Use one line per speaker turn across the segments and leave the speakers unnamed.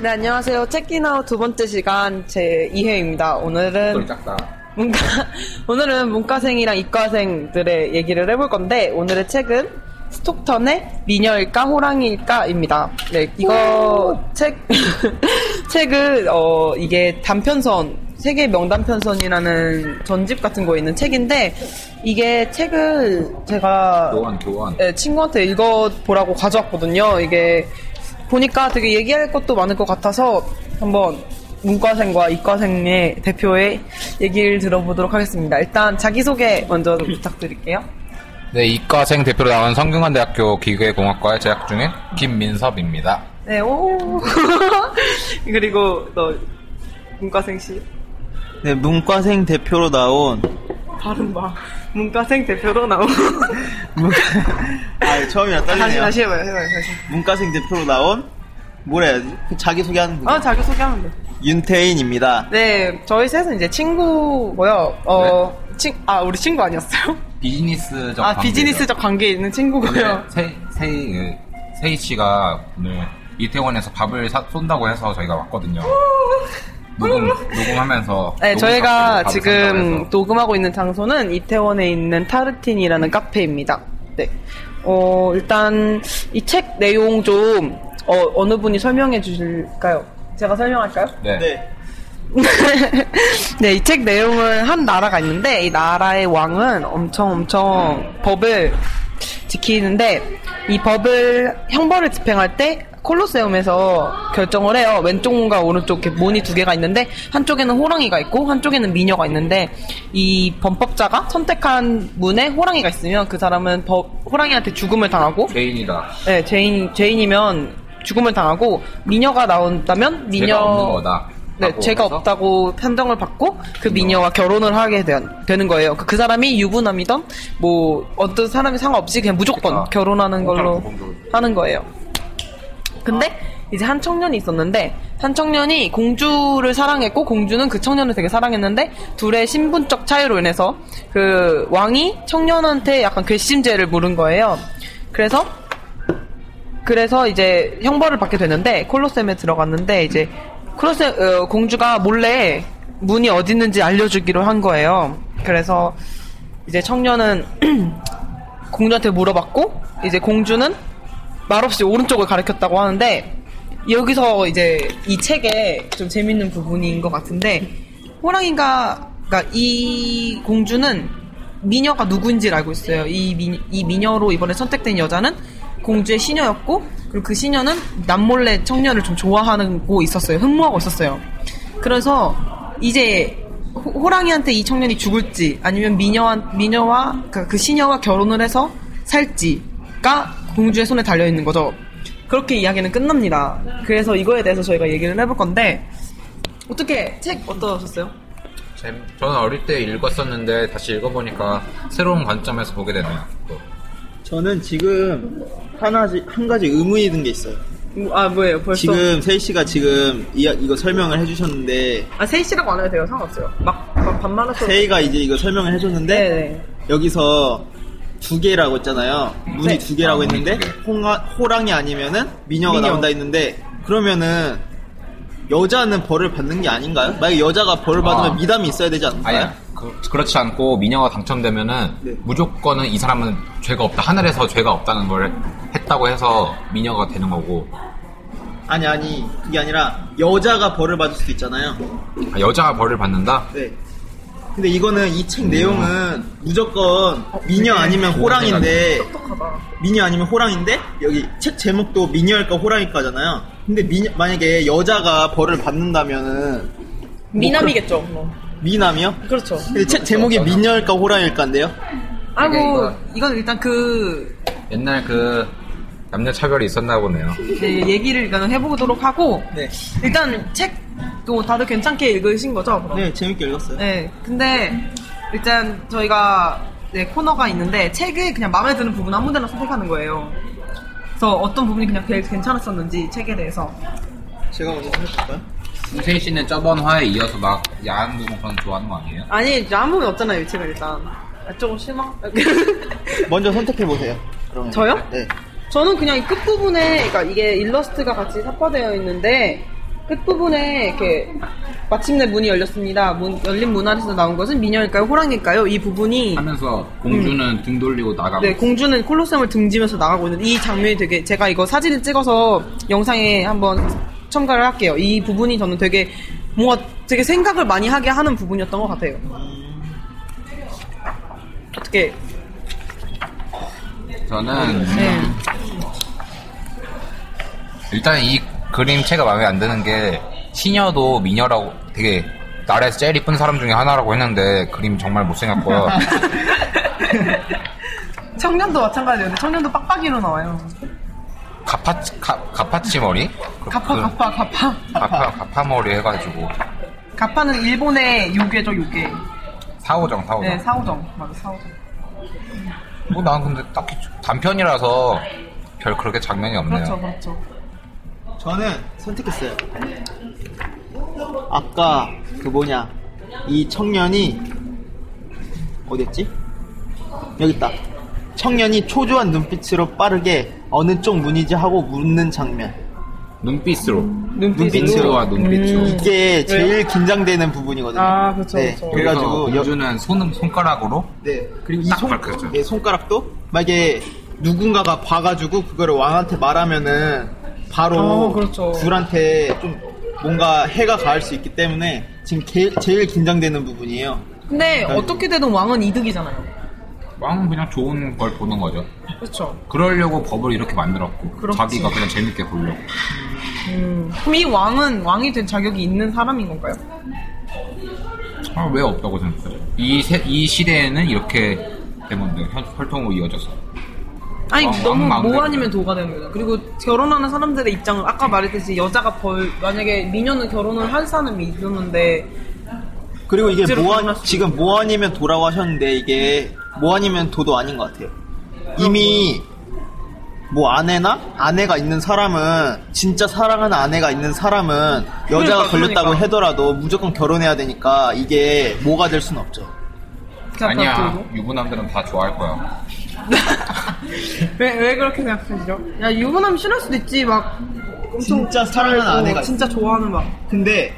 네, 안녕하세요. 체키나우 두 번째 시간 제 2회입니다. 오늘은 문과, 오늘은 문과생이랑 이과생들의 얘기를 해볼 건데, 오늘의 책은 스톡턴의 미녀일까 호랑이일까입니다. 네, 이거 책, 책은, 어, 이게 단편선, 세계 명단편선이라는 전집 같은 거에 있는 책인데, 이게 책을 제가
교환 교환
네, 친구한테 읽어보라고 가져왔거든요. 이게 보니까 되게 얘기할 것도 많을 것 같아서 한번 문과생과 이과생의 대표의 얘기를 들어보도록 하겠습니다. 일단 자기소개 먼저 좀 부탁드릴게요.
네 이과생 대표로 나온 성균관대학교 기계공학과에 재학 중인 김민섭입니다
네, 오. 그리고 너 문과생 씨
네, 문과생 대표로 나온
발음 봐. 문과생 대표로 나온
문... 아, 처음이라
다시
떨리네요.
다시 해봐요. 해봐요. 다시.
문과생 대표로 나온 뭐라 해야지? 그 자기 소개하는 분.
어 자기 소개하면 돼.
윤태인입니다.
네, 저희 셋은 이제 친구고요. 어, 친, 아 우리 친구 아니었어요?
비즈니스적 네,
아 비즈니스적 관계 있는 친구고요.
세이 세이 세이 씨가 오늘 이태원에서 밥을 사, 쏜다고 해서 저희가 왔거든요 녹음 녹음하면서
네,
녹음
저희가
밥을
지금
쏜다고 해서.
녹음하고 있는 장소는 이태원에 있는 타르틴이라는 카페입니다. 네. 어, 일단 이 책 내용 좀 어, 느 분이 설명해 주실까요? 제가 설명할까요?
네.
네.
네, 이 책 내용은 한 나라가 있는데 이 나라의 왕은 엄청 엄청 법을 지키는데 이 법을 형벌을 집행할 때 콜로세움에서 결정을 해요. 왼쪽과 오른쪽 이렇게 문이 두 개가 있는데 한쪽에는 호랑이가 있고 한쪽에는 미녀가 있는데 이 범법자가 선택한 문에 호랑이가 있으면 그 사람은 법- 호랑이한테 죽음을 당하고
개인이다
네, 죄인 죄인이면 죽음을 당하고 미녀가 나온다면 미녀
죄가 없는 거다
네,
하고
죄가
해서 음.
없다고 판정을 받고 그 미녀와 결혼을 하게 된, 되는 거예요. 그, 그 사람이 유부남이던 뭐 어떤 사람이 상관없이 그냥 무조건
그러니까
결혼하는 걸로
공평적으로.
어, 하는 거예요. 근데 이제 한 청년이 있었는데 한 청년이 공주를 사랑했고 공주는 그 청년을 되게 사랑했는데 둘의 신분적 차이로 인해서 그 왕이 청년한테 약간 괘씸죄를 물은 거예요. 그래서 그래서 이제 형벌을 받게 되는데 콜로셈에 들어갔는데 이제 콜로셈 어, 공주가 몰래 문이 어디 있는지 알려주기로 한 거예요. 그래서 이제 청년은 공주한테 물어봤고 이제 공주는 말없이 오른쪽을 가리켰다고 하는데 여기서 이제 이 책에 좀 재밌는 부분인 것 같은데 호랑이가 그러니까 이 공주는 미녀가 누구인지를 알고 있어요. 이, 미, 이 미녀로 이번에 선택된 여자는 공주의 시녀였고 그리고 그 시녀는 남몰래 청년을 좀 좋아하고 있었어요. 흥모하고 있었어요. 그래서 이제 호- 호랑이한테 이 청년이 죽을지 아니면 미녀와 미녀와 그, 그 시녀와 결혼을 해서 살지가 공주의 손에 달려 있는 거죠. 그렇게 이야기는 끝납니다. 그래서 이거에 대해서 저희가 얘기를 해볼 건데 어떻게 책 어떠셨어요?
재- 저는 어릴 때 읽었었는데 다시 읽어보니까 새로운 관점에서 보게 되네요 또.
저는 지금 하나지 한 가지 의문이 든 게 있어요.
뭐, 아 뭐예요 벌써?
지금 세희 씨가 지금 이, 이거 설명을 해주셨는데
아 세이 씨라고 안 해도 돼요 상관없어요. 막, 막 반말하셔도
세희가 이제 이거 설명을 해줬는데
네네.
여기서 두 개라고 했잖아요. 문이
네.
두 개라고
아, 문이
했는데
두 개.
홍아, 호랑이 아니면은 미녀가
미녀.
나온다 했는데 그러면은 여자는 벌을 받는 게 아닌가요? 만약 에 여자가 벌을 받으면
아.
미담이 있어야 되지 않나요?
네?
아니야. 그, 그렇지 않고 미녀가 당첨되면은
네.
무조건은 이 사람은 죄가 없다. 하늘에서 죄가 없다는 걸 했다고 해서 미녀가 되는 거고
아니 아니 그게 아니라 여자가 벌을 받을 수도 있잖아요.
아, 여자가 벌을 받는다.
네. 근데 이거는 이
음.
책 내용은 무조건 미녀 아니면 호랑인데 미녀 아니면 호랑인데 여기 책 제목도 미녀일까 호랑일까잖아요. 근데 미녀, 만약에 여자가 벌을 받는다면은
미남이겠죠. 뭐.
미남이요?
그렇죠.
근데 책 제목이 미녀일까 호랑일까인데요?
아이고 뭐,
그러니까
이건 일단 그
옛날 그 남녀 차별이 있었나 보네요.
네, 얘기를 일단은 해보도록 하고
네.
일단 책도 다들 괜찮게 읽으신 거죠? 그럼?
네, 재밌게 읽었어요.
네, 근데 일단 저희가 네, 코너가 있는데 책을 그냥 마음에 드는 부분 아무 데나 선택하는 거예요. 그래서 어떤 부분이 그냥 제일 괜찮았었는지 책에 대해서.
제가 먼저 해볼까요?
세희 씨는 저번 화에 이어서 막 야한 부분 그런 거 좋아하는 거 아니에요?
아니, 이제 아무 면 없잖아요, 이 책은 일단. 아, 조금 실망?
먼저 선택해 보세요. 그럼
저요?
네.
저는 그냥 이 끝부분에, 그러니까 이게 일러스트가 같이 삽화되어 있는데, 끝부분에 이렇게 마침내 문이 열렸습니다. 문, 열린 문 아래서 나온 것은 미녀일까요? 호랑일까요? 이 부분이
하면서 공주는 등 돌리고 나가고
네, 공주는 콜로세움을 등지면서 나가고 있는데 이 장면이 되게 제가 이거 사진을 찍어서 영상에 한번 첨가를 할게요. 이 부분이 저는 되게 뭔가 되게 생각을 많이 하게 하는 부분이었던 것 같아요. 어떻게?
저는
네.
일단 이 그림체가 마음에 안 드는 게 시녀도 미녀라고 되게 나라에서 제일 이쁜 사람 중에 하나라고 했는데 그림 정말 못생겼고요.
청년도 마찬가지예요. 근데 청년도 빡빡이로 나와요.
가파 가, 가파치 머리? 그-
가파,
그-
가파, 가파.
가파 가파 머리 해가지고
가파는 일본의 요괴죠, 요괴.
사오정 사오정.
네, 사오정. 맞아, 사오정.
뭐 난 근데 딱히 단편이라서 별 그렇게 장면이 없네요.
그렇죠, 그렇죠.
저는 선택했어요. 아까 그 뭐냐 이 청년이 어디였지? 여기 있다. 청년이 초조한 눈빛으로 빠르게 어느 쪽 문이지 하고 묻는 장면.
눈빛으로
눈빛으로.
와 눈빛으로.
음.
이게 제일 긴장되는 부분이거든요.
아, 그쵸,
네,
그쵸.
그래가지고
그래가지고 여-
공주는 손 손가락으로
네 그리고 이
딱
손,
밝혔죠.
예, 손가락도 만약에 누군가가 봐가지고 그거를 왕한테 말하면은 바로
어, 그렇죠.
둘한테 좀 뭔가 해가 가할 수 있기 때문에 지금 게- 제일 긴장되는 부분이에요.
네.
근데 어떻게 되든 왕은 이득이잖아요.
왕은 그냥 좋은 걸 보는 거죠.
그렇죠.
그러려고 법을 이렇게 만들었고
그렇지.
자기가 그냥 재밌게 보려고.
그럼 음. 이 왕은 왕이 된 자격이 있는 사람인 건가요?
아, 왜 없다고 생각해요? 이, 세- 이 시대에는 이렇게 된 건데, 혈- 혈통으로 이어져서.
아니
왕-
너무
왕 네. 마음대로.
뭐 아니면 도가 되는 거죠. 그리고 결혼하는 사람들의 입장은 아까 말했듯이 여자가 벌 만약에 미녀는 결혼을 할 사람이 있었는데
그리고 이게
억지로
모아
만날 수
지금 뭐 아니면 도라고 하셨는데 이게 뭐 아니면 도도 아닌 것 같아요. 이미 뭐 아내나 아내가 있는 사람은 진짜 사랑하는 아내가 있는 사람은 여자가
그러니까,
걸렸다고
그러니까.
해더라도 무조건 결혼해야 되니까 이게 뭐가 될 수는 없죠.
아니야,
생각하고
유부남들은 다 좋아할 거야.
왜, 왜 그렇게 생각하시죠? 야 유부남 싫을 수도 있지 막 엄청
진짜 사랑하는
어,
아내가
진짜 좋아하는 막
근데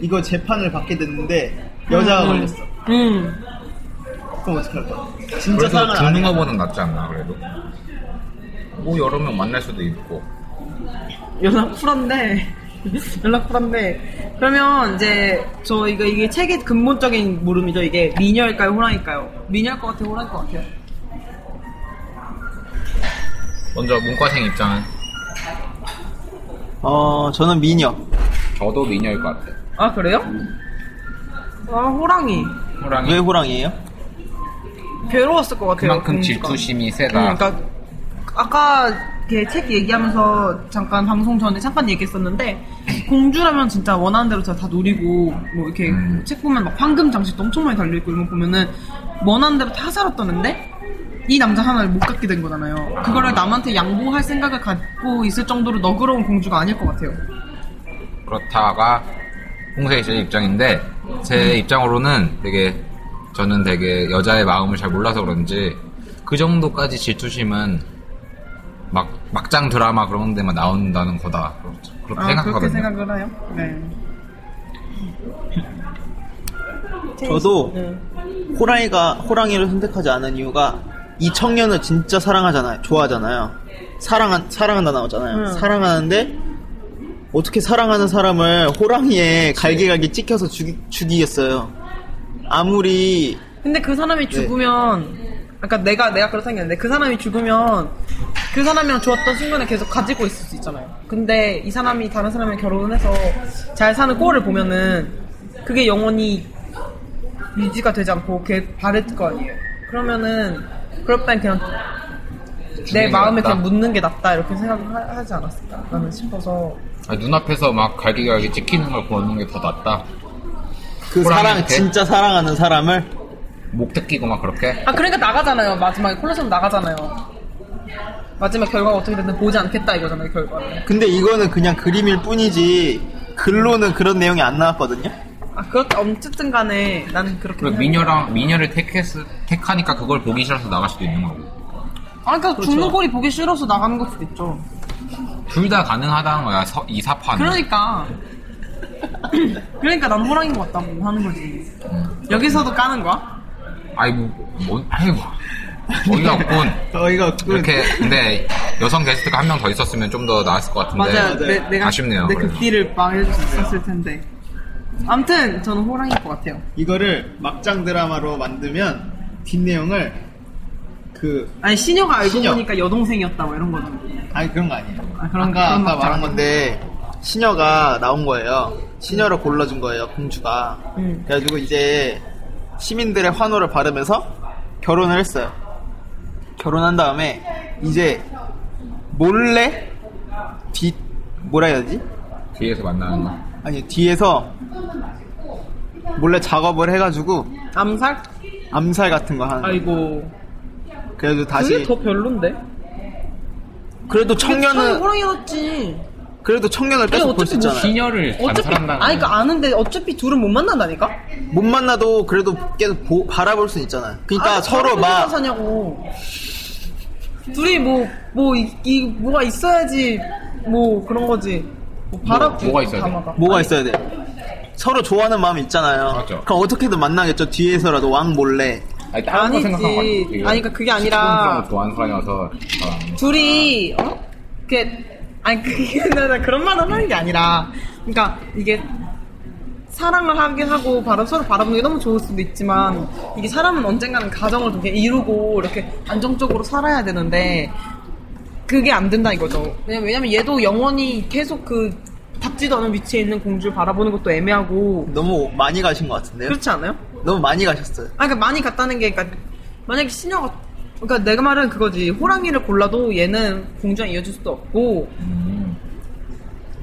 이거 재판을 받게 됐는데 여자가
음.
걸렸어.
음.
그럼 어떡할 거야? 진짜
그래서
사랑을 안
죽는
해.
거보는 낫지 않나, 그래도. 뭐 여러 명 만날 수도 있고.
연락 풀었네. 연락 풀었네. 그러면 이제 저 이거 이게 책의 근본적인 물음이죠. 이게 미녀일까요, 호랑일까요? 미녀일 것 같아요, 호랑일 것 같아요?
먼저 문과생 입장은
어, 저는 미녀.
저도 미녀일 것 같아요.
아 그래요? 아 호랑이
호랑이
왜 호랑이에요?
괴로웠을 것 같아요.
그만큼
공주가.
질투심이
응,
세다.
그러니까 아까 이렇게 책 얘기하면서 잠깐 방송 전에 잠깐 얘기했었는데 공주라면 진짜 원하는 대로 다 노리고 뭐 이렇게
음.
책 보면 막 황금 장식도 엄청 많이 달려 있고 이런 거 보면은 원하는 대로 다 살았다는데 이 남자 하나를 못 갖게 된 거잖아요. 그거를 남한테 양보할 생각을 갖고 있을 정도로 너그러운 공주가 아닐 것 같아요.
그렇다가 홍세희 씨의 입장인데 제 입장으로는 되게 저는 되게 여자의 마음을 잘 몰라서 그런지 그 정도까지 질투심은 막 막장 드라마 그런 데만 나온다는 거다 그렇죠. 그렇게
아
생각하거든요.
그렇게 생각을 해요? 네.
저도
네.
호랑이가 호랑이를 선택하지 않은 이유가 이 청년을 진짜 사랑하잖아요. 좋아하잖아요. 사랑한 사랑한다 나오잖아요.
응.
사랑하는데 어떻게 사랑하는 사람을 호랑이에 갈기갈기 찍혀서 죽이, 죽이겠어요. 아무리
근데 그 사람이 죽으면 아까 내가 내가 그렇다 생각했는데 그 사람이 죽으면 그 사람이랑 좋았던 순간을 계속 가지고 있을 수 있잖아요. 근데 이 사람이 다른 사람이랑 결혼해서 잘 사는 꼴을 보면은 그게 영원히 유지가 되지 않고 걔 바랬 거 아니에요. 그러면은 그럴 땐 그냥 내 마음에 그냥 묻는 게 낫다 이렇게 생각하지 않았을까 나는 싶어서
아, 눈앞에서 막 갈기갈기 찍히는 걸 보는 게 더 낫다.
그 사랑
호랑이한테?
진짜 사랑하는 사람을
목 뜯기고 막 그렇게.
아 그러니까 나가잖아요 마지막에 콜라스는 나가잖아요 마지막 결과가 어떻게 되든 보지 않겠다 이거잖아요 결과를
근데 이거는 그냥 그림일 뿐이지 글로는 그런 내용이 안 나왔거든요.
아 그렇다 어쨌든 간에 나는 그렇게
그리고 미녀랑, 미녀를 택했, 택하니까 그걸 보기 싫어서 나갈 수도 있는 거고.
아 그러니까 죽는 꼴이 보기 싫어서 나가는 걸 수도 있죠
둘 다 가능하다는 거야, 서- 이 사파는.
그러니까 그러니까 난 호랑인 것 같다고 하는 거지 여기서도 까는 거야?
아이고, 뭐, 아이고. 어이가 없군.
저희가 그 없군.
이렇게, 근데 여성 게스트가 한 명 더 있었으면 좀 더 나았을 것 같은데.
맞아
네.
내, 내가
아쉽네요,
내
그래서.
극기를 말해줬었을 텐데 암튼 저는 호랑인 것 같아요
이거를 막장 드라마로 만들면 뒷내용을 그
아니 신녀가 알고
신녀.
보니까 여동생이었다 뭐 이런 거죠
아니 그런 거 아니에요.
아, 그런-
아까
그런
아까
막장.
말한 건데 시녀가 나온 거예요. 시녀를 골라준 거예요 공주가.
음.
그래가지고 이제 시민들의 환호를 받으면서 결혼을 했어요. 결혼한 다음에 이제 몰래 뒤 뭐라 해야 되지?
뒤에서 만나는 거.
아니 뒤에서 몰래 작업을 해가지고
암살?
암살 같은 거 하는. 거예요.
아이고
그래가지고
그게
다시
더 별론데 아,
그래도 청년은
호랑이였지
그래도 청년을
아니,
계속 볼
어차피 뭐
수 있잖아요.
시녀를
어차피
단살한다는
아니 그러니까 아는데 어차피 둘은 못 만난다니까
못 만나도 그래도 계속 보- 바라볼 수 있잖아요. 그러니까
아니,
서로
어떻게
막
사냐고 둘이 뭐 뭐 이 뭐가 있어야지 뭐 그런 거지 뭐 바람
뭐가 있어야 돼?
뭐가 있어야 돼. 서로 좋아하는 마음이 있잖아요.
맞죠.
그럼 어떻게든 만나겠죠. 뒤에서라도 왕 몰래.
아니, 다른
아니지.
거 생각하면 안 돼. 이거
아니, 그러니까 그게 아니라-
시끄러운 사람을 좋아하는 사람이어서. 잘 안-
둘이 어? 이렇게 아니 그게 나- 나 그런 말을 하는 게 아니라 그러니까 이게 사랑을 하긴 하고 바람 서로 바라보는 게 너무 좋을 수도 있지만 이게 사람은 언젠가는 가정을 이렇게 이루고 이렇게 안정적으로 살아야 되는데 그게 안 된다 이거죠. 네, 왜냐면, 왜냐면 얘도 영원히 계속 그 답지도 않은 위치에 있는 공주를 바라보는 것도 애매하고
너무 많이 가신 것 같은데요.
그렇지 않아요?
너무 많이 가셨어요.
아, 그러니까 많이 갔다는 게, 그러니까 만약에 신녀가, 그러니까 내가 말한 그거지. 호랑이를 골라도 얘는 공주랑 이어질 수도 없고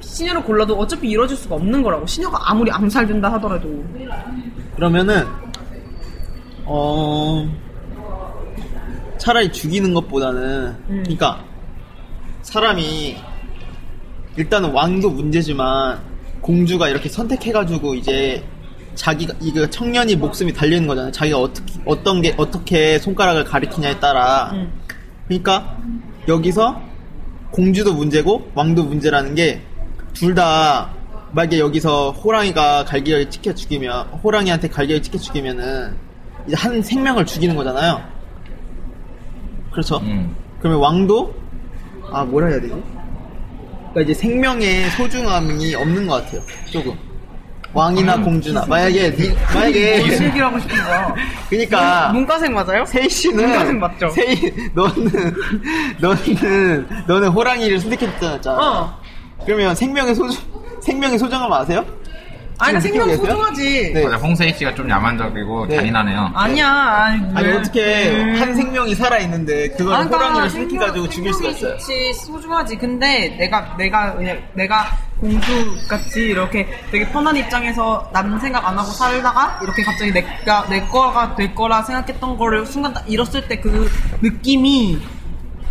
신녀를 골라도 어차피 이어질 수가 없는 거라고. 신녀가 아무리 암살된다 하더라도
그러면은 어 차라리 죽이는 것보다는
음.
그러니까 사람이 일단은 왕도 문제지만 공주가 이렇게 선택해가지고 이제 자기가 이거 그 청년이 목숨이 달리는 거잖아요. 자기가 어떻게 어떤 게 어떻게 손가락을 가리키냐에 따라
음.
그러니까 여기서 공주도 문제고 왕도 문제라는 게 둘 다 만약에 여기서 호랑이가 갈기를 찍혀 죽이면 호랑이한테 갈기를 찍혀 죽이면은 이제 한 생명을 죽이는 거잖아요. 그렇죠.
음.
그러면 왕도 아 뭐라 해야 되지? 그러니까 이제 생명의 소중함이 없는 것 같아요. 조금 왕이나
아,
공주나 만약에 니-
뭘
만약에
뭐 얘기하고 싶은 거야?
그러니까
문과생 맞아요?
세이
문과생
씨는
맞죠?
세이 너는 너는 너는 호랑이를 선택했잖아.
어.
그러면 생명의 소중 생명의 소중함 아세요?
아니 그러니까
지금
생명
느끼고 계세요?
소중하지.
네.
맞아, 홍세희 씨가 좀 야만적이고
네.
잔인하네요.
아니야. 아니,
아니
왜?
어떻게 한 생명이 살아 있는데
네.
그걸
음. 아, 그러니까
호랑이를
생명-
선택해가지고 죽일 수가
생명이
있어요.
좋지, 소중하지. 근데 내가 내가 그냥 내가 공주 같이 이렇게 되게 편한 입장에서 남 생각 안 하고 살다가 이렇게 갑자기 내가 내 거가 될 거라 생각했던 거를 순간 딱 잃었을 때 그 느낌이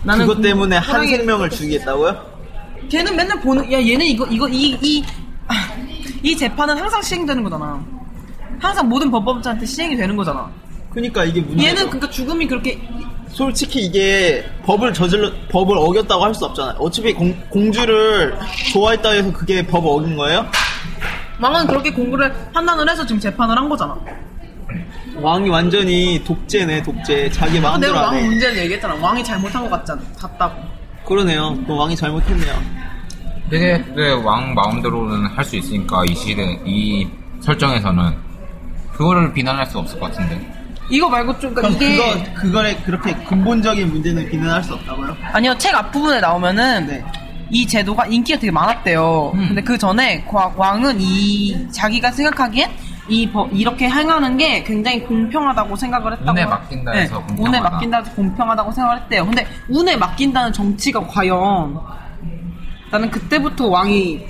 나는
그것 때문에 한
호랑이를
생명을
선택했어.
죽이겠다고요?
걔는 맨날 보는 야 얘는 이거 이거 이 이 이 재판은 항상 시행되는 거잖아. 항상 모든 법범자한테 시행이 되는 거잖아.
그러니까 이게 문제.
얘는 그러니까 죽음이 그렇게
솔직히 이게 법을 저질러 법을 어겼다고 할 수 없잖아요. 어차피 공, 공주를 좋아했다 해서 그게 법을 어긴 거예요?
왕은 그렇게 공부를 판단을 해서 지금 재판을 한 거잖아.
왕이 완전히 독재네 독재. 자기
아,
마음대로
내가 왕
안 해.
문제를 얘기했잖아. 왕이 잘못한 것 같잖아. 같다고.
그러네요. 또 왕이 잘못했네요.
되게 근데 왕 마음대로는 할 수 있으니까 이 시대 이 설정에서는 그거를 비난할 수 없을 것 같은데.
이거 말고 좀 그러니까
그럼
이게
그거 그거에 그렇게 근본적인 문제는 비난할 수 없다고요?
아니요 책 앞부분에 나오면은
네.
이 제도가 인기가 되게 많았대요.
음.
근데 그 전에 과- 왕은 이 자기가 생각하기엔 이 버- 이렇게 행하는 게 굉장히 공평하다고 생각을 했다고
운에 맡긴다 해서 공평하다.
운에 맡긴다 해서 공평하다고 생각을 했대요. 근데 운에 맡긴다는 정치가 과연 나는 그때부터 왕이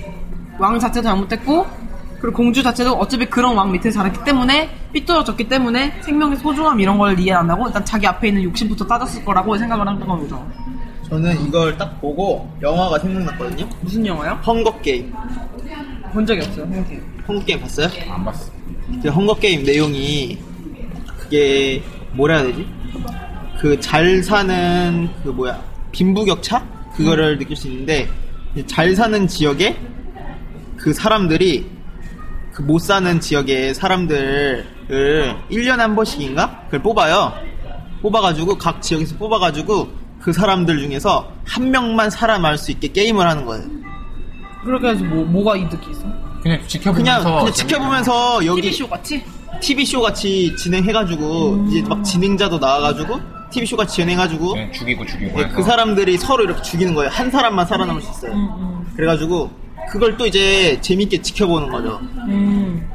왕 자체도 잘못됐고 그리고 공주 자체도 어차피 그런 왕 밑에 자랐기 때문에 삐뚤어졌기 때문에 생명의 소중함 이런 걸 이해 안 하고 일단 자기 앞에 있는 욕심부터 따졌을 거라고 생각을 한 거죠.
저는 이걸 딱 보고 영화가 생각났거든요.
무슨 영화요?
헝거 게임.
본 적이 없어요. 생각해.
헝거 게임 봤어요?
안 봤어.
그 헝거 게임 내용이 그게 뭐라 해야 되지? 그 잘 사는 그 뭐야 빈부격차 그거를
음.
느낄 수 있는데 이제 잘 사는 지역에 그 사람들이 그 못 사는 지역의 사람들을 1년에 한 번씩인가? 그걸 뽑아요. 뽑아가지고 각 지역에서 뽑아가지고 그 사람들 중에서 한 명만 살아날 수 있게 게임을 하는 거예요.
그렇게 해서 뭐, 뭐가 이득이 있어?
그냥 지켜보면서.
그냥, 그냥
재밌는
지켜보면서 여기
TV쇼 같이?
TV쇼 같이 진행해가지고
음.
이제 막 진행자도 나와가지고 TV쇼 같이 진행해가지고
그냥 네, 죽이고 죽이고
예,
해서.
그 사람들이 서로 이렇게 죽이는 거예요. 한 사람만 살아남을 수 있어요.
음.
그래가지고 그걸 또 이제 재밌게 지켜보는 거죠.
음.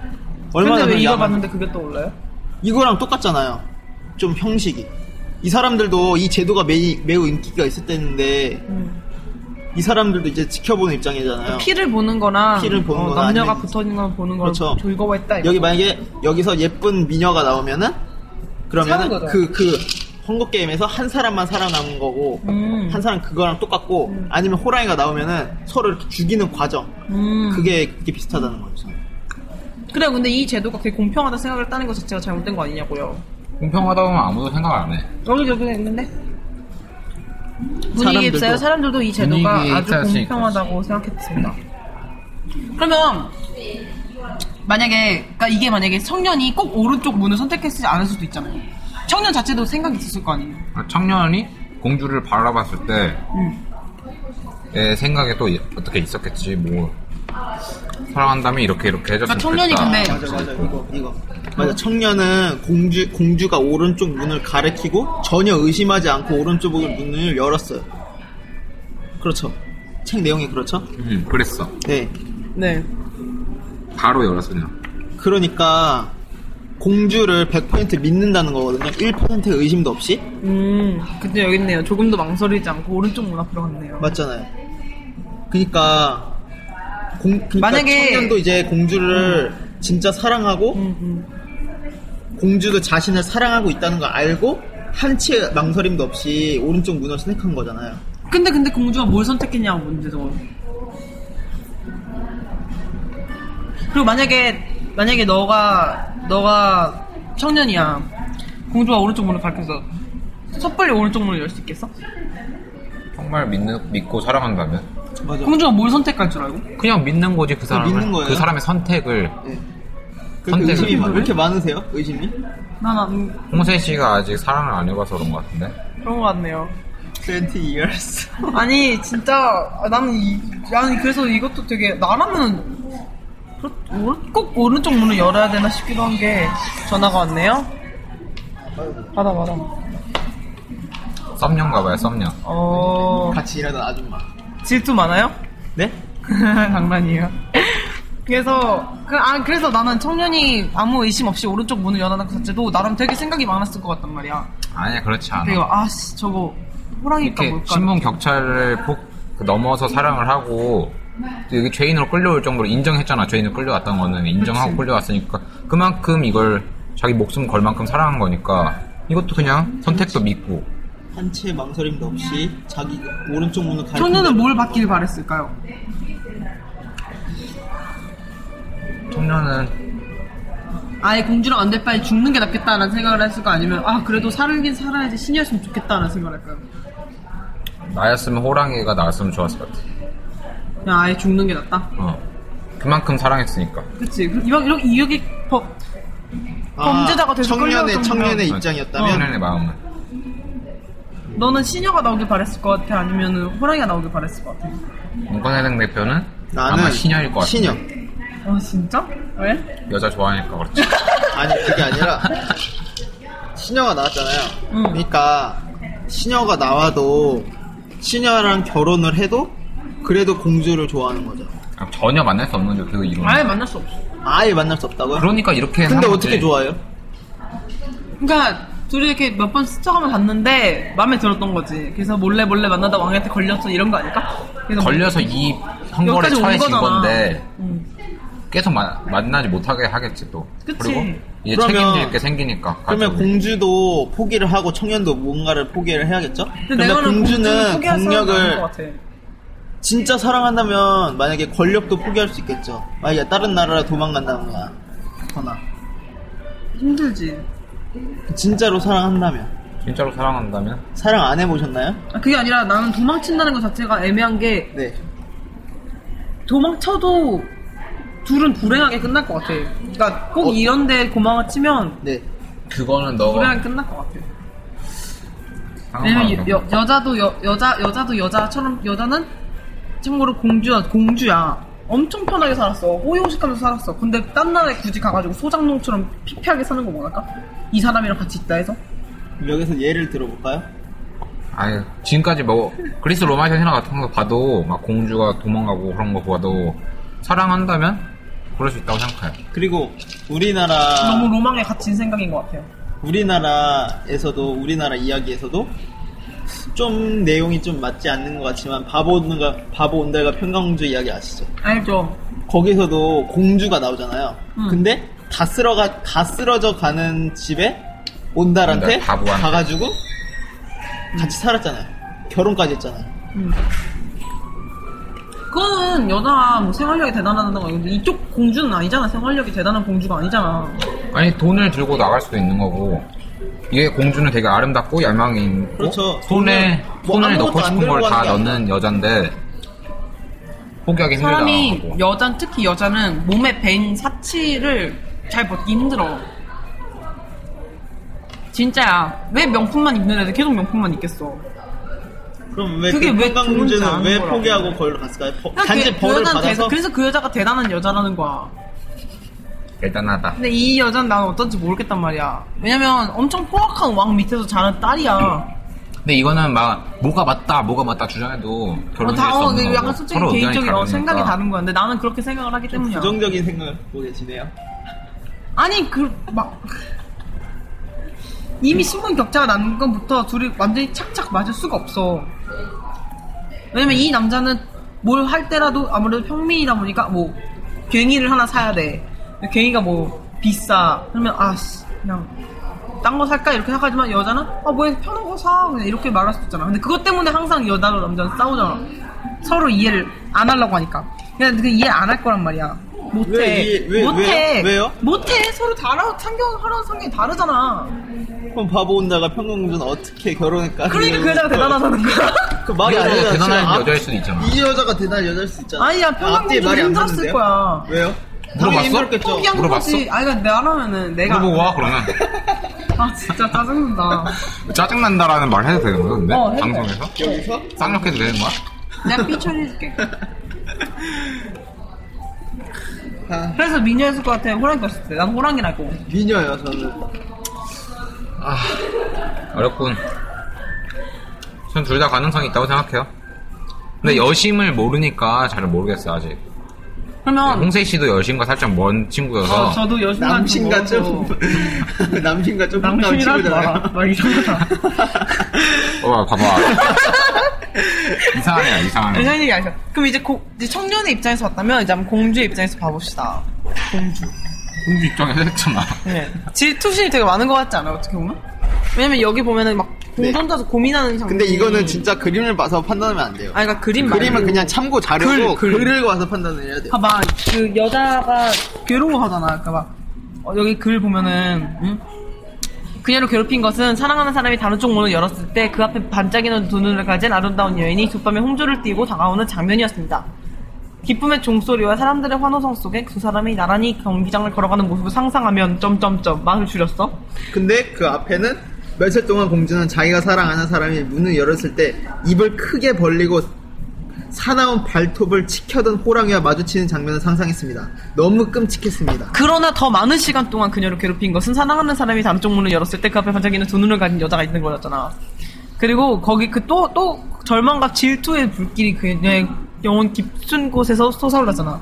얼마나
근데 왜
그냥
이거
야만-
봤는데 그게 떠올라요?
이거랑 똑같잖아요. 좀 형식이. 이 사람들도 이 제도가 매, 매우 인기가 있었대는데 이 사람들도 이제 지켜보는
음.
입장이잖아요.
그 피를 보는 거나
피를 보는
어,
거나
남녀가
아니면-
붙어있는 걸 보는 걸
그렇죠.
즐거워했다 이거.
여기 만약에 여기서 예쁜 미녀가 나오면은
사는
그러면은
거죠.
그그 헝거 게임에서 한 사람만 살아남은 거고
음.
한 사람 그거랑 똑같고 아니면 호랑이가 나오면은 서로 이렇게 죽이는 과정
음.
그게 그게 비슷하다는 거죠.
그래 근데 이 제도가 되게 공평하다 생각을 따는 것 자체가 잘못된 거 아니냐고요
공평하다 보면 아무도 생각 안 해.
여기 여기 있는데 분위기 있어요? 사람들도 이 제도가
분위기
아주
있어야지,
공평하다고 생각했습니다. 그러면 만약에 그러니까 이게 만약에 청년이 꼭 오른쪽 문을 선택했지 않을 수도 있잖아요. 청년 자체도 생각이 있었을 거 아니에요.
청년이 공주를 바라봤을 때,
음.
내 생각에 또 예, 어떻게 있었겠지, 뭐. 사랑한다면 이렇게 이렇게
그러니까
해줬으면
청년이
좋겠다.
근데
맞아 맞아 이거 이거 맞아 청년은 공주 공주가 오른쪽 문을 가리키고 전혀 의심하지 않고 오른쪽 문을 열었어요. 그렇죠. 책 내용이 그렇죠.
음, 그랬어.
네.
네.
바로 열었어, 그냥.
그러니까 공주를 100% 믿는다는 거거든요. 1%의 의심도 없이
음. 근데 여기 있네요. 조금도 망설이지 않고 오른쪽 문 앞으로 갔네요.
맞잖아요. 그러니까 공 그러니까
만약에-
청년도 이제 공주를 진짜 사랑하고
음, 음.
공주도 자신을 사랑하고 있다는 걸 알고 한치의 망설임도 없이 오른쪽 문을 선택한 거잖아요.
근데 근데 공주가 뭘 선택했냐고 문제죠. 그리고 만약에 만약에 너가 너가 청년이야. 공주가 오른쪽 문을 밝혀서 섣불리 오른쪽 문을 열 수 있겠어?
정말 믿는, 믿고 사랑한다면?
맞아.
공주가 뭘 선택할 줄 알고?
그냥 믿는 거지, 그 사람을.
믿는 거예요?
그 사람의 선택을.
그렇게
선택을
의심이 많- 왜
해요?
이렇게 많으세요? 의심이?
나나
홍세 씨가 아직 사랑을 안 해봐서 그런 것 같은데.
그런 거 같네요.
20 years.
아니 진짜 아, 나는 이 나는 그래서 이것도 되게 나라면 그렇- 오른- 꼭 오른쪽 문을 열어야 되나 싶기도 한 게 전화가 왔네요. 받아 받아.
썸녀인가 봐요, 썸녀.
어
같이 일하던 아줌마.
질투 많아요?
네?
장난이에요. 그래서 그, 아 그래서 나는 청년이 아무 의심 없이 오른쪽 문을 열어놓은 것 자체도 나름 되게 생각이 많았을 것 같단 말이야.
아니야, 그렇지 않아.
그리고 아씨 저거 호랑이가
이렇게
뭘까?
신분 격차를 폭 그 넘어서 사랑을 하고 또 여기 죄인으로 끌려올 정도로 인정했잖아. 죄인으로 끌려왔던 거는 인정하고 끌려왔으니까 그만큼 이걸 자기 목숨 걸 만큼 사랑한 거니까 이것도 그냥 선택도 믿고
한치의 망설임도 없이 자기 오른쪽 문을 가리키고
청년은 뭘 받길 바랬을까요?
청년은
아예 공주랑 안 될 바에 죽는 게 낫겠다라는 생각을 했을까 아니면 아 그래도 살긴 살아야지 신이었으면 좋겠다라는 생각을 할까요?
나였으면 호랑이가 나왔으면 좋았을 것 같아.
그냥 아예 죽는 게 낫다.
어. 그만큼 사랑했으니까.
그치? 이런 이런 어, 이게 법 범죄자가 돼서
아, 청년의
끌려오던
청년의
그런-
입장이었다면
청년의 마음은
너는 시녀가 나오길 바랬을 것 같아 아니면 호랑이가 나오길 바랬을 것 같아?
문건해당 대표는
나는
아마 신녀일 것 같아.
신여.
아 진짜? 왜?
여자 좋아하니까 그렇지.
아니 그게 아니라 시녀가 나왔잖아요. 그러니까 시녀가 나와도 시녀랑 결혼을 해도 그래도 공주를 좋아하는 거죠.
그럼 전혀 만날 수 없는 그 이론.
아예 만날 수 없어.
아예 만날 수 없다고요?
그러니까 이렇게.
근데
하는
어떻게
거지.
좋아해요?
그러니까 둘이 이렇게 몇 번 스쳐가며 갔는데 마음에 들었던 거지. 그래서 몰래 몰래 만나다 왕한테 걸렸어 이런 거 아닐까? 그래서 뭐
걸려서 이
여기까지
형벌에
온
처해진
거잖아.
건데
음.
계속 마- 만나지 못하게 하겠지 또.
그치.
리고 이제
그러면-
책임질 게 생기니까.
그러면
가지고.
공주도 포기를 하고 청년도 뭔가를 포기를 해야겠죠?
근데
그러면
내가는 공주는
공주는
포기할 사람도 아닌 것
경력을
같아.
진짜 사랑한다면 만약에 권력도 포기할 수 있겠죠. 만약에 다른 나라로 도망간다거나 거나
힘들지.
진짜로 사랑한다면
진짜로 사랑한다면
사랑 안 해보셨나요?
아, 그게 아니라 나는 도망친다는 것 자체가 애매한 게
네.
도망쳐도 둘은 불행하게 끝날 것 같아. 그러니까 꼭
어.
이런데 고망을 치면
네.
그거는 너.
불행하게 끝날 것 같아.
아,
왜냐면 예, 여, 여, 자도 여, 여자 여자도 여자처럼 여자는 참고로 공주야 공주야 엄청 편하게 살았어 호의호식하면서 살았어 근데 딴 나라에 굳이 가가지고 소장농처럼 피폐하게 사는 거 뭐랄까 이 사람이랑 같이 있다 해서
그럼 여기서 예를 들어볼까요?
아유 지금까지 뭐 그리스 로마 신화 같은 거 봐도 막 공주가 도망가고 그런 거 봐도 사랑한다면 그럴 수 있다고 생각해요.
그리고 우리나라
너무 로망에 갇힌 생각인 것 같아요
우리나라에서도 우리나라 이야기에서도 좀 내용이 좀 맞지 않는 것 같지만 바보 온달과 바보 온달과 평강공주 이야기 아시죠?
알죠
거기서도 공주가 나오잖아요.
음.
근데 다 쓸어가 다 쓰러져 가는 집에 온달한테
온달, 바보한테.
가가지고 같이 살았잖아요. 결혼까지 했잖아요.
그거는 여자 뭐 생활력이 대단하다는 거 아니고 이쪽 공주는 아니잖아 생활력이 대단한 공주가 아니잖아
아니 돈을 들고 나갈 수도 있는 거고 이게 공주는 되게 아름답고 야망이 있고
그렇죠.
손에
돈을- 뭐
손을
아무것도
넣고
안
싶은
들고
걸 다
가는 게
넣는 여잔데 포기하기 힘들다.
네,
뭐,
사람이
하고.
여잔 특히 여자는 몸에 밴 사치를 잘 벗기 힘들어. 진짜야. 왜 명품만 입는 애들 계속 명품만 입겠어.
그럼 왜
그게
그
왜 좋은지
평강공주는
아는
왜
거라고.
포기하고 거기로 갔을까요? 버-
그러니까
단지
그- 그
벌을
여자는
받아서
대- 그래서 그 여자가 대단한 여자라는 거야.
대단하다.
근데 이 여자는 나는 어떤지 모르겠단 말이야. 왜냐면 엄청 포악한 왕 밑에서 자란 딸이야.
근데 이거는 막 뭐가 맞다, 뭐가 맞다 주장해도 결혼할
다,
수
어,
없는
약간
거고
솔직히
서로 의견이
개인적인 어,
다르니까.
생각이 다른 거야. 근데 나는 그렇게 생각을 하기 때문이야.
부정적인 생각을 보고 계시네요.
아니 그 막 이미 신분 격차가 나는 건부터 둘이 완전히 착착 맞을 수가 없어. 왜냐면 이 남자는 뭘 할 때라도 아무래도 평민이다 보니까 뭐 괭이를 하나 사야 돼. 근데 괭이가 뭐 비싸. 그러면 아씨 그냥 딴 거 살까 이렇게 하지만 여자는 아뭐 편한 거 사. 그냥 이렇게 말할 수 있잖아. 근데 그것 때문에 항상 여자로 남자는 싸우잖아. 서로 이해를 안 하려고 하니까. 그냥 그 이해 안 할 거란 말이야. 못해.
왜 이해- 왜-
못해.
왜요? 왜요?
못해. 서로 다르 상견하라는 성격이 다르잖아.
그럼 바보 온다가 평강공주는 어떻게 결혼했까?
그러니까 그 여자가 대단하다는 거야.
그 말이
이
안
여자가
되잖아.
대단한
지금 앞-
여자일 수도 있잖아.
이 여자가 대단한 여자일 수 있잖아.
아니야, 평강공주는
앞뒤에 말이 안
힘들었을
맞는데요?
거야.
왜요?
물어봤어?
당연히 힘들었겠죠.
포기한
물어봤어?
거지. 아니, 그러니까 나라면은 내가.
그리고 와 그러면
아, 진짜 짜증난다.
짜증 난다라는 말 해도 되는 거야? 근데
어, 해도
방송에서
여기서?
쌍욕해도 되는 거야?
내가 삐 처리해줄게.
아,
그래서 미녀였을 것 같아. 호랑이 꼈을 때. 난 호랑이라고.
미녀예요, 저는.
어렵군. 전 둘 다 가능성이 있다고 생각해요. 근데
음.
여심을 모르니까 잘 모르겠어 아직.
그러면.
홍세 씨도 여심과 살짝 먼 친구여서
음. 어, 저도 여신과
남신과 좀, 남신과 좀 가까운
남신이라도
친구잖아요.
나. 막 이런 거다.
어 봐봐. 이상하네 이상하네.
이런 얘기 아니죠. 그럼 이제, 고- 이제 청년의 입장에서 봤다면 이제 한번 공주의 입장에서 봐봅시다.
공주 입장에서 했잖아.
네. 질투심이 되게 많은 것 같지 않아요? 어떻게 보면? 왜냐면 여기 보면은 막 공존자서 고민하는 장면.
네. 근데 이거는 진짜 그림을 봐서 판단하면 안 돼요.
아, 그러니까 그림
그림은
말고.
그냥 참고 자료고
글, 글.
글을 봐서 판단을 해야 돼요.
봐봐 그 여자가 괴로워하잖아. 그러니까 막 어, 여기 글 보면은 응? 그녀를 괴롭힌 것은 사랑하는 사람이 다른 쪽 문을 열었을 때 그 앞에 반짝이는 두 눈을 가진 아름다운 여인이 두 밤에 홍조를 띄고 다가오는 장면이었습니다. 기쁨의 종소리와 사람들의 환호성 속에 두 사람이 나란히 경기장을 걸어가는 모습을 상상하면 점점점 말을 줄였어.
근데 그 앞에는 며칠 동안 공주는 자기가 사랑하는 사람이 문을 열었을 때 입을 크게 벌리고 사나운 발톱을 치켜든 호랑이와 마주치는 장면을 상상했습니다. 너무 끔찍했습니다.
그러나 더 많은 시간 동안 그녀를 괴롭힌 것은 사랑하는 사람이 남쪽 문을 열었을 때 그 앞에 반짝이는 두 눈을 가진 여자가 있는 거였잖아. 그리고 거기 그 또 또 절망과 질투의 불길이 그녀의 영혼 깊은 곳에서 솟아올랐잖아.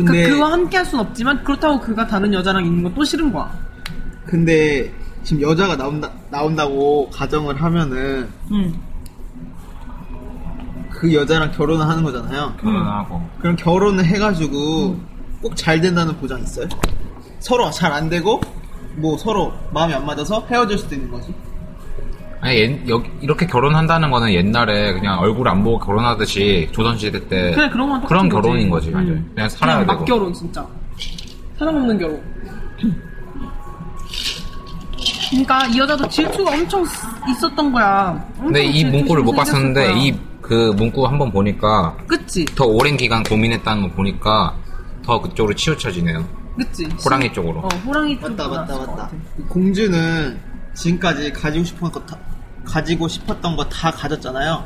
근데
그, 그와 함께 할 순 없지만 그렇다고 그가 다른 여자랑 있는 건 또 싫은 거야.
근데 지금 여자가 나온다 나온다고 가정을 하면은
음.
응.
그 여자랑 결혼을 하는 거잖아요.
음.
결혼하고
그럼 결혼을 해가지고 꼭 잘 된다는 보장 있어요? 서로 잘 안 되고 뭐 서로 마음이 안 맞아서 헤어질 수도 있는 거지.
아니 옛- 여기- 이렇게 결혼한다는 거는 옛날에 그냥 얼굴 안 보고 결혼하듯이 조선시대 때
그래 그런 건 똑같은 음.
그런 결혼인 거지 완전 히 그냥 살아야
막
되고
결혼 진짜 사랑 없는 결혼 그러니까 이 여자도 질투가 엄청 쓰- 있었던 거야 엄청
근데 이
질투
문구를 못
심리가 있었을
봤었는데
거야.
이 그 문구 한번 보니까
그치
더 오랜 기간 고민했다는 거 보니까 더 그쪽으로 치우쳐지네요
그치
호랑이 쪽으로
어 호랑이
맞다
쪽으로
맞다
나왔을 것
맞다.
같아.
공주는 지금까지 가지고 싶은 것 다, 가지고 싶었던 거 다 가졌잖아요.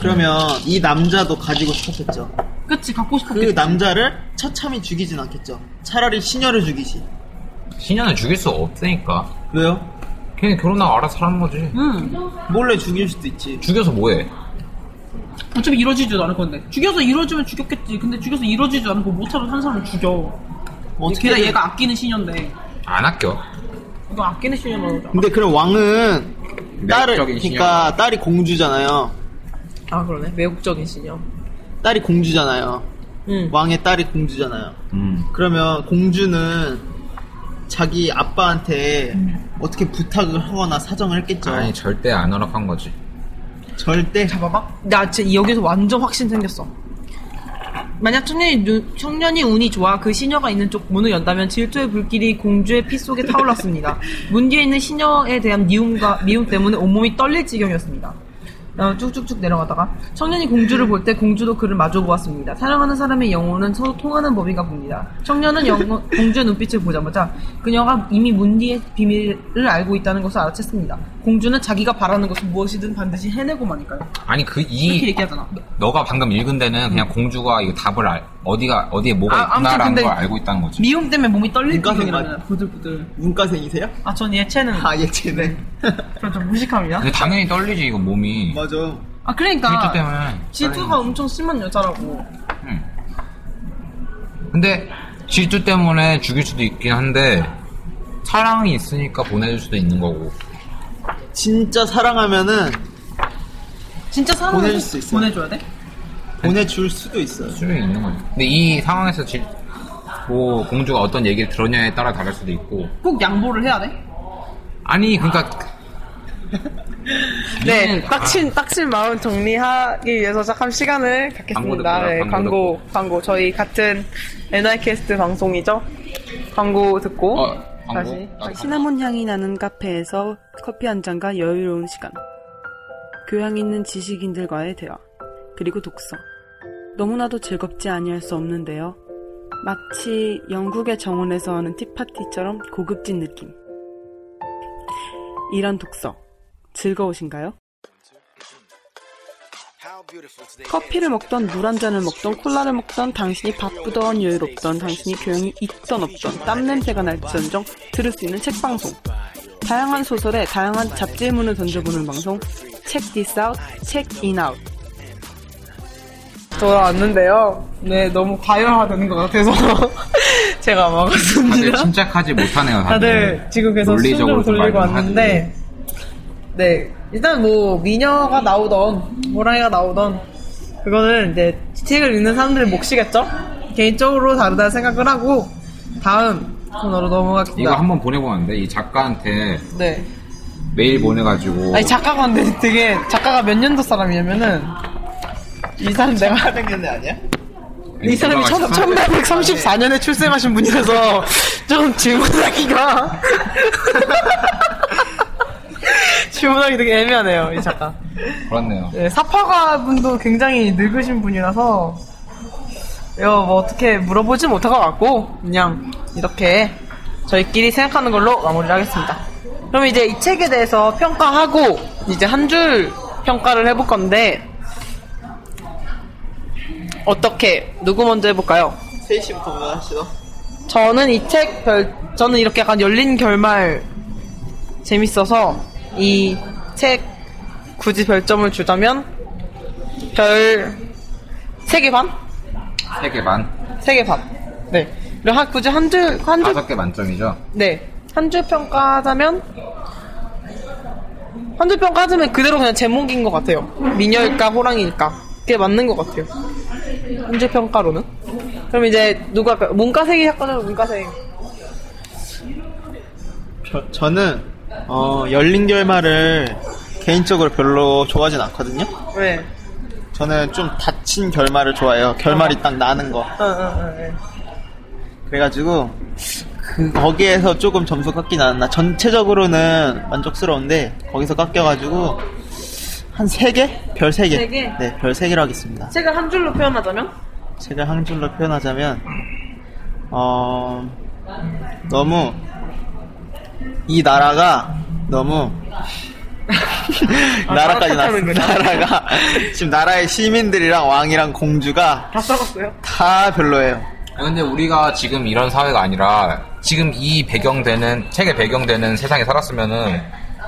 그러면 이 남자도 가지고 싶었겠죠.
음. 그치 갖고
그
싶었겠지
남자를 처참히 죽이진 않겠죠. 차라리 시녀를 죽이지.
신현을 죽일 수 없으니까
왜요?
걔는 결혼하고 알아서 사는 거지
응
몰래 죽일 수도 있지.
죽여서 뭐해
어차피 이루어지지도 않을 건데 죽여서 이루어지면 죽였겠지 근데 죽여서 이루어지지도 않고 못하면 한 사람을 죽여
어떻게
걔가 얘가 아끼는 시녀인데
안 아껴
이거 아끼는 시녀라고 그러잖아.
근데 그럼 왕은 딸을
매력적인
그러니까 딸이 공주잖아요.
아 그러네 매혹적인 시녀
딸이 공주잖아요.
응
왕의 딸이 공주잖아요.
음.
그러면 공주는 자기 아빠한테
음.
어떻게 부탁을 하거나 사정을 했겠죠.
아니 절대 안 허락한 거지
절대
봐봐. 나 진짜 여기서 완전 확신 생겼어. 만약 청년이, 눈- 청년이 운이 좋아 그 시녀가 있는 쪽 문을 연다면 질투의 불길이 공주의 피 속에 타올랐습니다. 문 뒤에 있는 시녀에 대한 미움과 미움 때문에 온몸이 떨릴 지경이었습니다. 어, 쭉쭉쭉 내려가다가 청년이 공주를 볼 때 공주도 그를 마주 보았습니다. 사랑하는 사람의 영혼은 서로 통하는 법인가 봅니다. 청년은 영- 공주의 눈빛을 보자마자 그녀가 이미 문 뒤의 비밀을 알고 있다는 것을 알아챘습니다. 공주는 자기가 바라는 것은 무엇이든 반드시 해내고 마니까요.
아니
이렇게
그이
얘기하잖아.
너가 방금 읽은 데는 그냥 공주가 이거 답을 알, 어디가 어디에
아,
뭐가
아무튼
있구나라는
근데
걸 알고 있다는 거지.
미움 때문에 몸이 떨릴
문과생
정도라면
맞-
부들부들.
문과생이세요?
아, 전 예체능.
아 예체네.
저좀 무식함이야.
근데 당연히 떨리지 이거 몸이.
맞아.
아,
그 질투
그러니까.
때문에.
질투가
떨리는
엄청 심한 여자라고.
거지. 응. 근데 질투 때문에 죽일 수도 있긴 한데 사랑이 있으니까 보내줄 수도 있는 거고.
진짜 사랑하면은
진짜 사랑을
보내줄 수 있어요.
보내줘야 돼?
보내줄 수도 있어요.
수도 있는 거지. 근데 이 상황에서 질, 뭐 공주가 어떤 얘기를 들었냐에 따라 다를 수도 있고.
꼭 양보를 해야 돼?
아니 그러니까
네, 딱친 딱친 마음 정리하기 위해서 잠깐 시간을
광고 듣고
갖겠습니다.
나-
네,
광고
광고
듣고.
광고 저희 같은 NI캐스트 방송이죠. 광고 듣고
어, 광고?
다시
나도
시나몬 향이 나는 카페에서 커피 한 잔과 여유로운 시간. 교양 있는 지식인들과의 대화. 그리고 독서. 너무나도 즐겁지 아니할 수 없는데요. 마치 영국의 정원에서 하는 티파티처럼 고급진 느낌. 이런 독서. 즐거우신가요? 커피를 먹던 물 한 잔을 먹던 콜라를 먹던 당신이 바쁘던 여유롭던 당신이 교양이 있던 없던 땀냄새가 날지언정 들을 수 있는 책방송 다양한 소설에 다양한 잡질문을 던져보는 방송 책 디스 아웃 책 인 아웃
돌아왔는데요. 네, 너무 과열화되는 것 같아서 제가
다들
먹었습니다.
침착하지 못하네요. 다들.
다들 지금 계속
논리적으로
숨좀
좀
돌리고
말을
왔는데 네 일단 뭐 미녀가 나오던 호랑이가 나오던 그거는 이제 책을 읽는 사람들의 몫이겠죠 개인적으로 다르다 생각을 하고 다음 코너로
이거
넘어가겠습니다
한번 보내보면 안 돼? 이 작가한테
네
메일 보내가지고
아니 작가가 근데 되게 작가가 몇 년도 사람이냐면은 이 사람 내가
생겼네 아니야?
이 사람이 1834년에 출생하신 분이라서 좀 질문하기가 질문하기 되게 애매하네요 이 작가
그렇네요.
네, 사파가 분도 굉장히 늙으신 분이라서 이거 뭐 어떻게 물어보지 못할 것 같고 그냥 이렇게 저희끼리 생각하는 걸로 마무리를 하겠습니다 그럼 이제 이 책에 대해서 평가하고 이제 한 줄 평가를 해볼 건데
어떻게 누구 먼저 해볼까요?
3시부터 하시죠.
저는 이 책 별, 저는 이렇게 약간 열린 결말 재밌어서 이 책 굳이 별점을 주자면 별 3개 반?
3개 반?
3개 반. 네. 그리고 한, 굳이 한 줄, 한 줄,
5개 만점이죠?
네. 한 줄 평가하자면 한 줄 평가하자면 그대로 그냥 제목인 것 같아요. 미녀일까 호랑이일까 그게 맞는 것 같아요. 한 줄 평가로는. 그럼 이제 누가 할까요? 문과생이 할까요? 문과생.
저, 저는 어, 열린 결말을 개인적으로 별로 좋아하진 않거든요.
왜?
저는 좀 닫힌 결말을 좋아해요. 결말이 딱 나는 거.
응, 응, 응, 응.
그래가지고 그 거기에서 조금 점수 깎긴 않았나. 전체적으로는 만족스러운데 거기서 깎여가지고 한 세 개? 별 세 개.
세 개?
네, 별 세 개로 하겠습니다.
책을 한 줄로 표현하자면?
책을 한 줄로 표현하자면 어 너무 이 나라가 너무 나라까지는
아, 따뜻하는
안-
거죠.
나라가 지금 나라의 시민들이랑 왕이랑 공주가
다 써봤어요.
다 별로예요.
아, 근데 우리가 지금 이런 사회가 아니라 지금 이 배경되는 책에 배경되는 세상에 살았으면은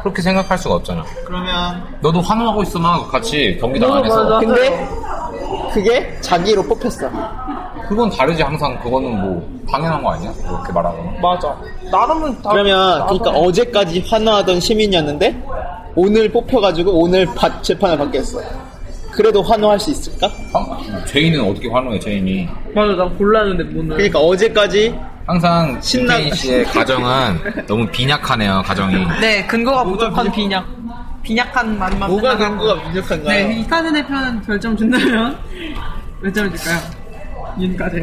그렇게 생각할 수가 없잖아.
그러면
너도 환호하고 있어 막 같이 경기장 안에서.
어,
근데 그게 자기로 뽑혔어.
그건 다르지 항상 그거는 뭐 당연한 거 아니야? 그렇게 말하거나.
맞아. 나름은 다.
그러면 그러니까 어제까지 환호하던 시민이었는데 오늘 뽑혀가지고 오늘 받- 재판을 받게 했어. 그래도 환호할 수 있을까?
어? 죄인은 어떻게 환호해 죄인이?
맞아, 난 골랐는데 문을.
그러니까 어제까지
항상
신나-
신나 씨의 가정은 너무 빈약하네요 가정이.
네, 근거가 부족한
근거-
비냐.
빈약한 맛만.
뭐가
생각하고.
근거가 부족한가요?
네, 이 카드 대표는 별점 준다면 몇 점을 줄까요? 윤까지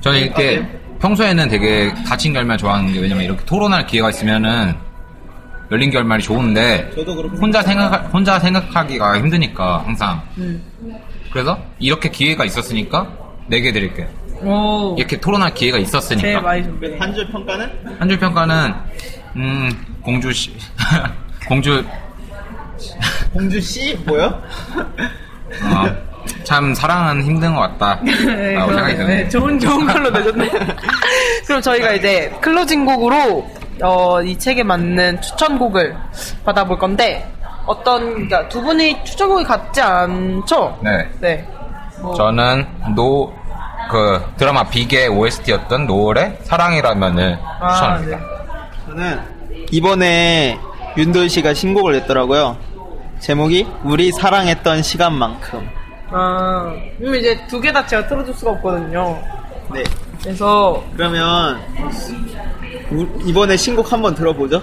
저는 이렇게 평소에는 되게 닫힌 결말 좋아하는 게 왜냐면 이렇게 토론할 기회가 있으면은 열린 결말이 좋은데
저도 그렇고
혼자 생각 혼자 생각하기가 힘드니까 항상 그래서 이렇게 기회가 있었으니까 내게 드릴게요.
오,
이렇게 토론할 기회가
네,
아,
제일
있었으니까
많이 준비.
한줄 평가는
한 줄 평가는 음 공주 씨 공주
공주 씨 뭐요?
어, 참 사랑은 힘든 것 같다.
아,
라고 생각이 드네요.
좋은 좋은 걸로 내줬네. 그럼 저희가 이제 클로징 곡으로 어, 이 책에 맞는 추천곡을 받아볼 건데 어떤 그러니까 두 분이 추천곡이 같지 않죠?
네.
네. 뭐,
저는 노, 그 드라마 비계 OST였던 노을의 사랑이라면을
아,
추천합니다.
저는 이번에 윤도희 씨가 신곡을 냈더라고요. 제목이 우리 사랑했던 시간만큼.
아, 그럼 이제 두 개 다 제가 틀어줄 수가 없거든요.
네.
그래서
그러면 우- 이번에 신곡 한번 들어보죠.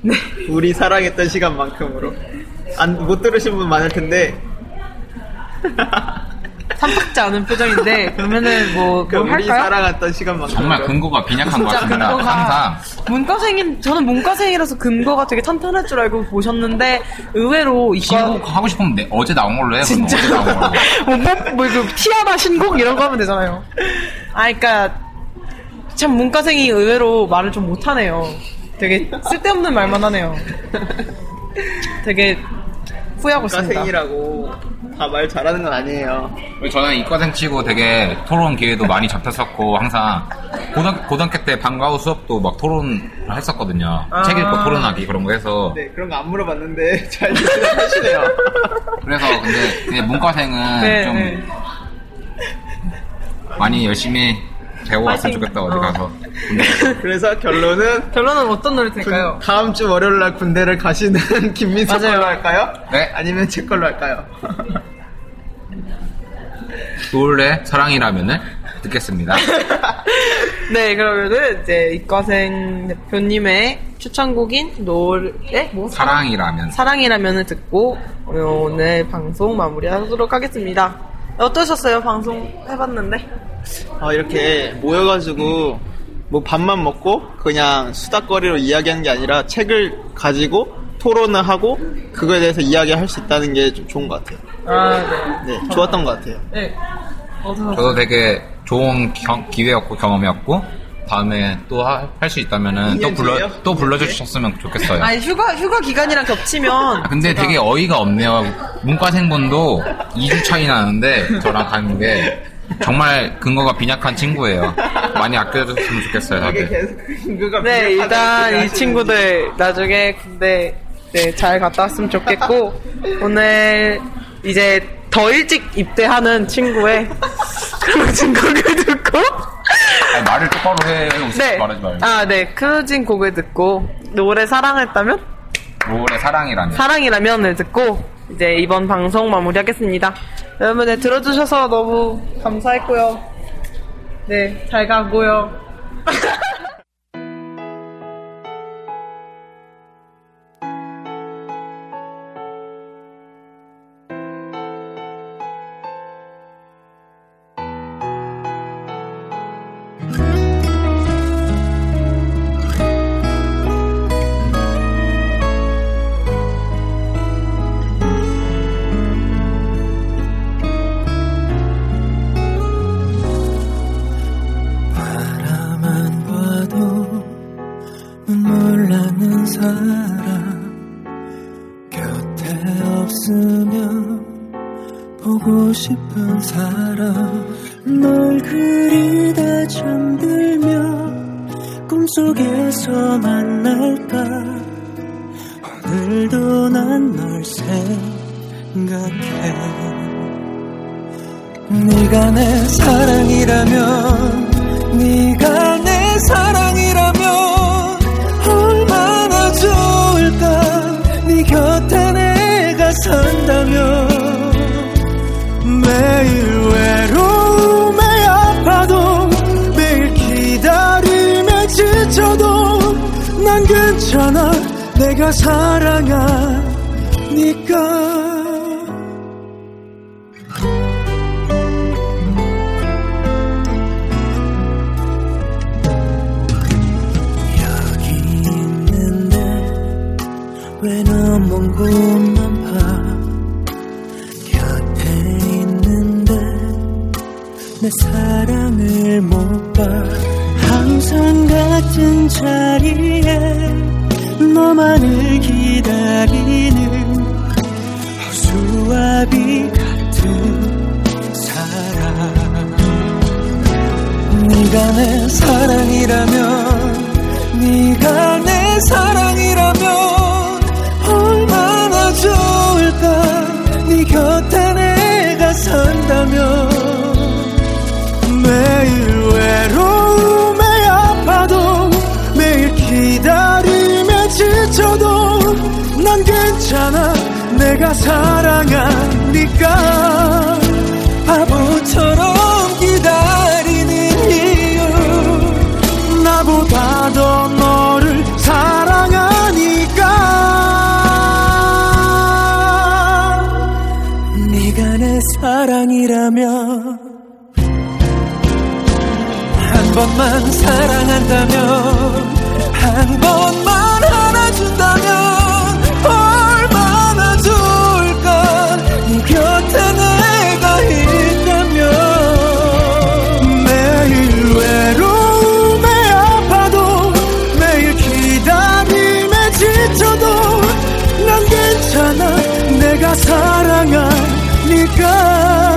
네.
우리 사랑했던 시간만큼으로. 안, 못 들으신 분 많을 텐데.
삼탁지 않은 표정인데 그러면은 뭐뭘
그 우리
할까요?
사랑했던 시간만큼.
정말 근거가 빈약한 것
진짜
같습니다.
근거가
항상
문과생인 저는 문과생이라서 근거가 되게 탄탄할 줄 알고 보셨는데 의외로 이과
신곡 하고 싶으면 내- 어제 나온 걸로 해. 그럼
진짜
어제 나온 걸로.
뭐, 뭐, 뭐 이거 티아나 신곡 이런 거 하면 되잖아요. 아, 그러니까 참 문과생이 의외로 말을 좀 못하네요. 되게 쓸데없는 말만 하네요. 되게 후회하고 있습니다.
과생이라고 다 말 잘하는 건 아니에요.
그리고 저는 이과생 치고 되게 토론 기회도 많이 잡혔었고 항상 고등, 고등학교 때 방과 후 수업도 막 토론을 했었거든요.
아.
책 읽고 토론하기 그런 거 해서
네, 그런 거 안 물어봤는데 잘 대답하시네요.
그래서 근데 그냥 문과생은
네,
좀
네.
많이 열심히 배워왔으면 좋겠다 어디 가서
그래서 결론은
결론은 어떤 노래 될까요?
다음 주 월요일 날 군대를 가시는 김민석
맞아요.
걸로 할까요?
네.
아니면 제 걸로 할까요?
노을의 사랑이라면을 듣겠습니다.
네, 그러면은 이제 이과생 대표님의 추천곡인 노을의 뭐
사랑이라면
사랑이라면을 듣고 오늘 방송 마무리하도록 하겠습니다. 어떠셨어요? 방송 해봤는데?
아, 이렇게 모여가지고 뭐 밥만 먹고 그냥 수다거리로 이야기하는 게 아니라 책을 가지고 토론을 하고 그거에 대해서 이야기할 수 있다는 게 좀 좋은 것 같아요.
아,
네, 좋았던 것 같아요.
네. 네. 어떠셨어요?
저도 되게 좋은 경- 기회였고 경험이었고 다음에 또 할 수 있다면은 또
인연
불러
뒤에요?
또 불러주셨으면 좋겠어요.
아니 휴가 휴가 기간이랑 겹치면
아, 근데 되게 어이가 없네요. 문과생분도 2주 차이 나는데 저랑 가는 게 정말 근거가 빈약한 친구예요. 많이 아껴줬으면 좋겠어요, 다들.
계속 그
네 일단 이 친구들 나중에 군대 네, 잘 갔다 왔으면 좋겠고 오늘 이제 더 일찍 입대하는 친구의 크루징 곡을 듣고
아니, 말을 똑바로 해. 네. 말하지 말고.
아네 크루징 곡을 듣고 노래 사랑했다면
로울의 사랑이라는.
사랑이라면을 듣고 이제 이번 방송 마무리하겠습니다. 여러분 네, 들어주셔서 너무 감사했고요. 네, 잘 가고요.
바라만 봐도 눈물 나는 사람 곁에 없으면 보고 싶은 사람 널 그리다 잠들면 꿈속에서 만날까 오늘도 난 널 생각해 네가 내 사랑이라면 네가 내 사랑이라면 얼마나 좋을까 네 곁에 내가 산다면 매일 외로움에 아파도 매일 기다림에 지쳐도 난 괜찮아 내가 사랑하니까 여기 있는데 왜 너먼 곳만 봐 곁에 있는데 내 사랑을 못 봐 항상 같은 자리에 너만을 기다리는 수아비 같은 사랑 네가 내 사랑이라면 네가 내 사랑이라면 얼마나 좋을까 네 곁에 내가 산다면 매일 외로움에 아파도 매일 기다림에 지쳐도 난 괜찮아 내가 사랑하니까 바보처럼 기다리는 이유 나보다 더 너를 사랑하니까 네가 내 사랑이라면 한 번만 사랑한다면 한 번만 안아준다면 얼마나 좋을까 네 곁에 내가 있다면 매일 외로움에 아파도 매일 기다림에 지쳐도 난 괜찮아 내가 사랑하니까 음.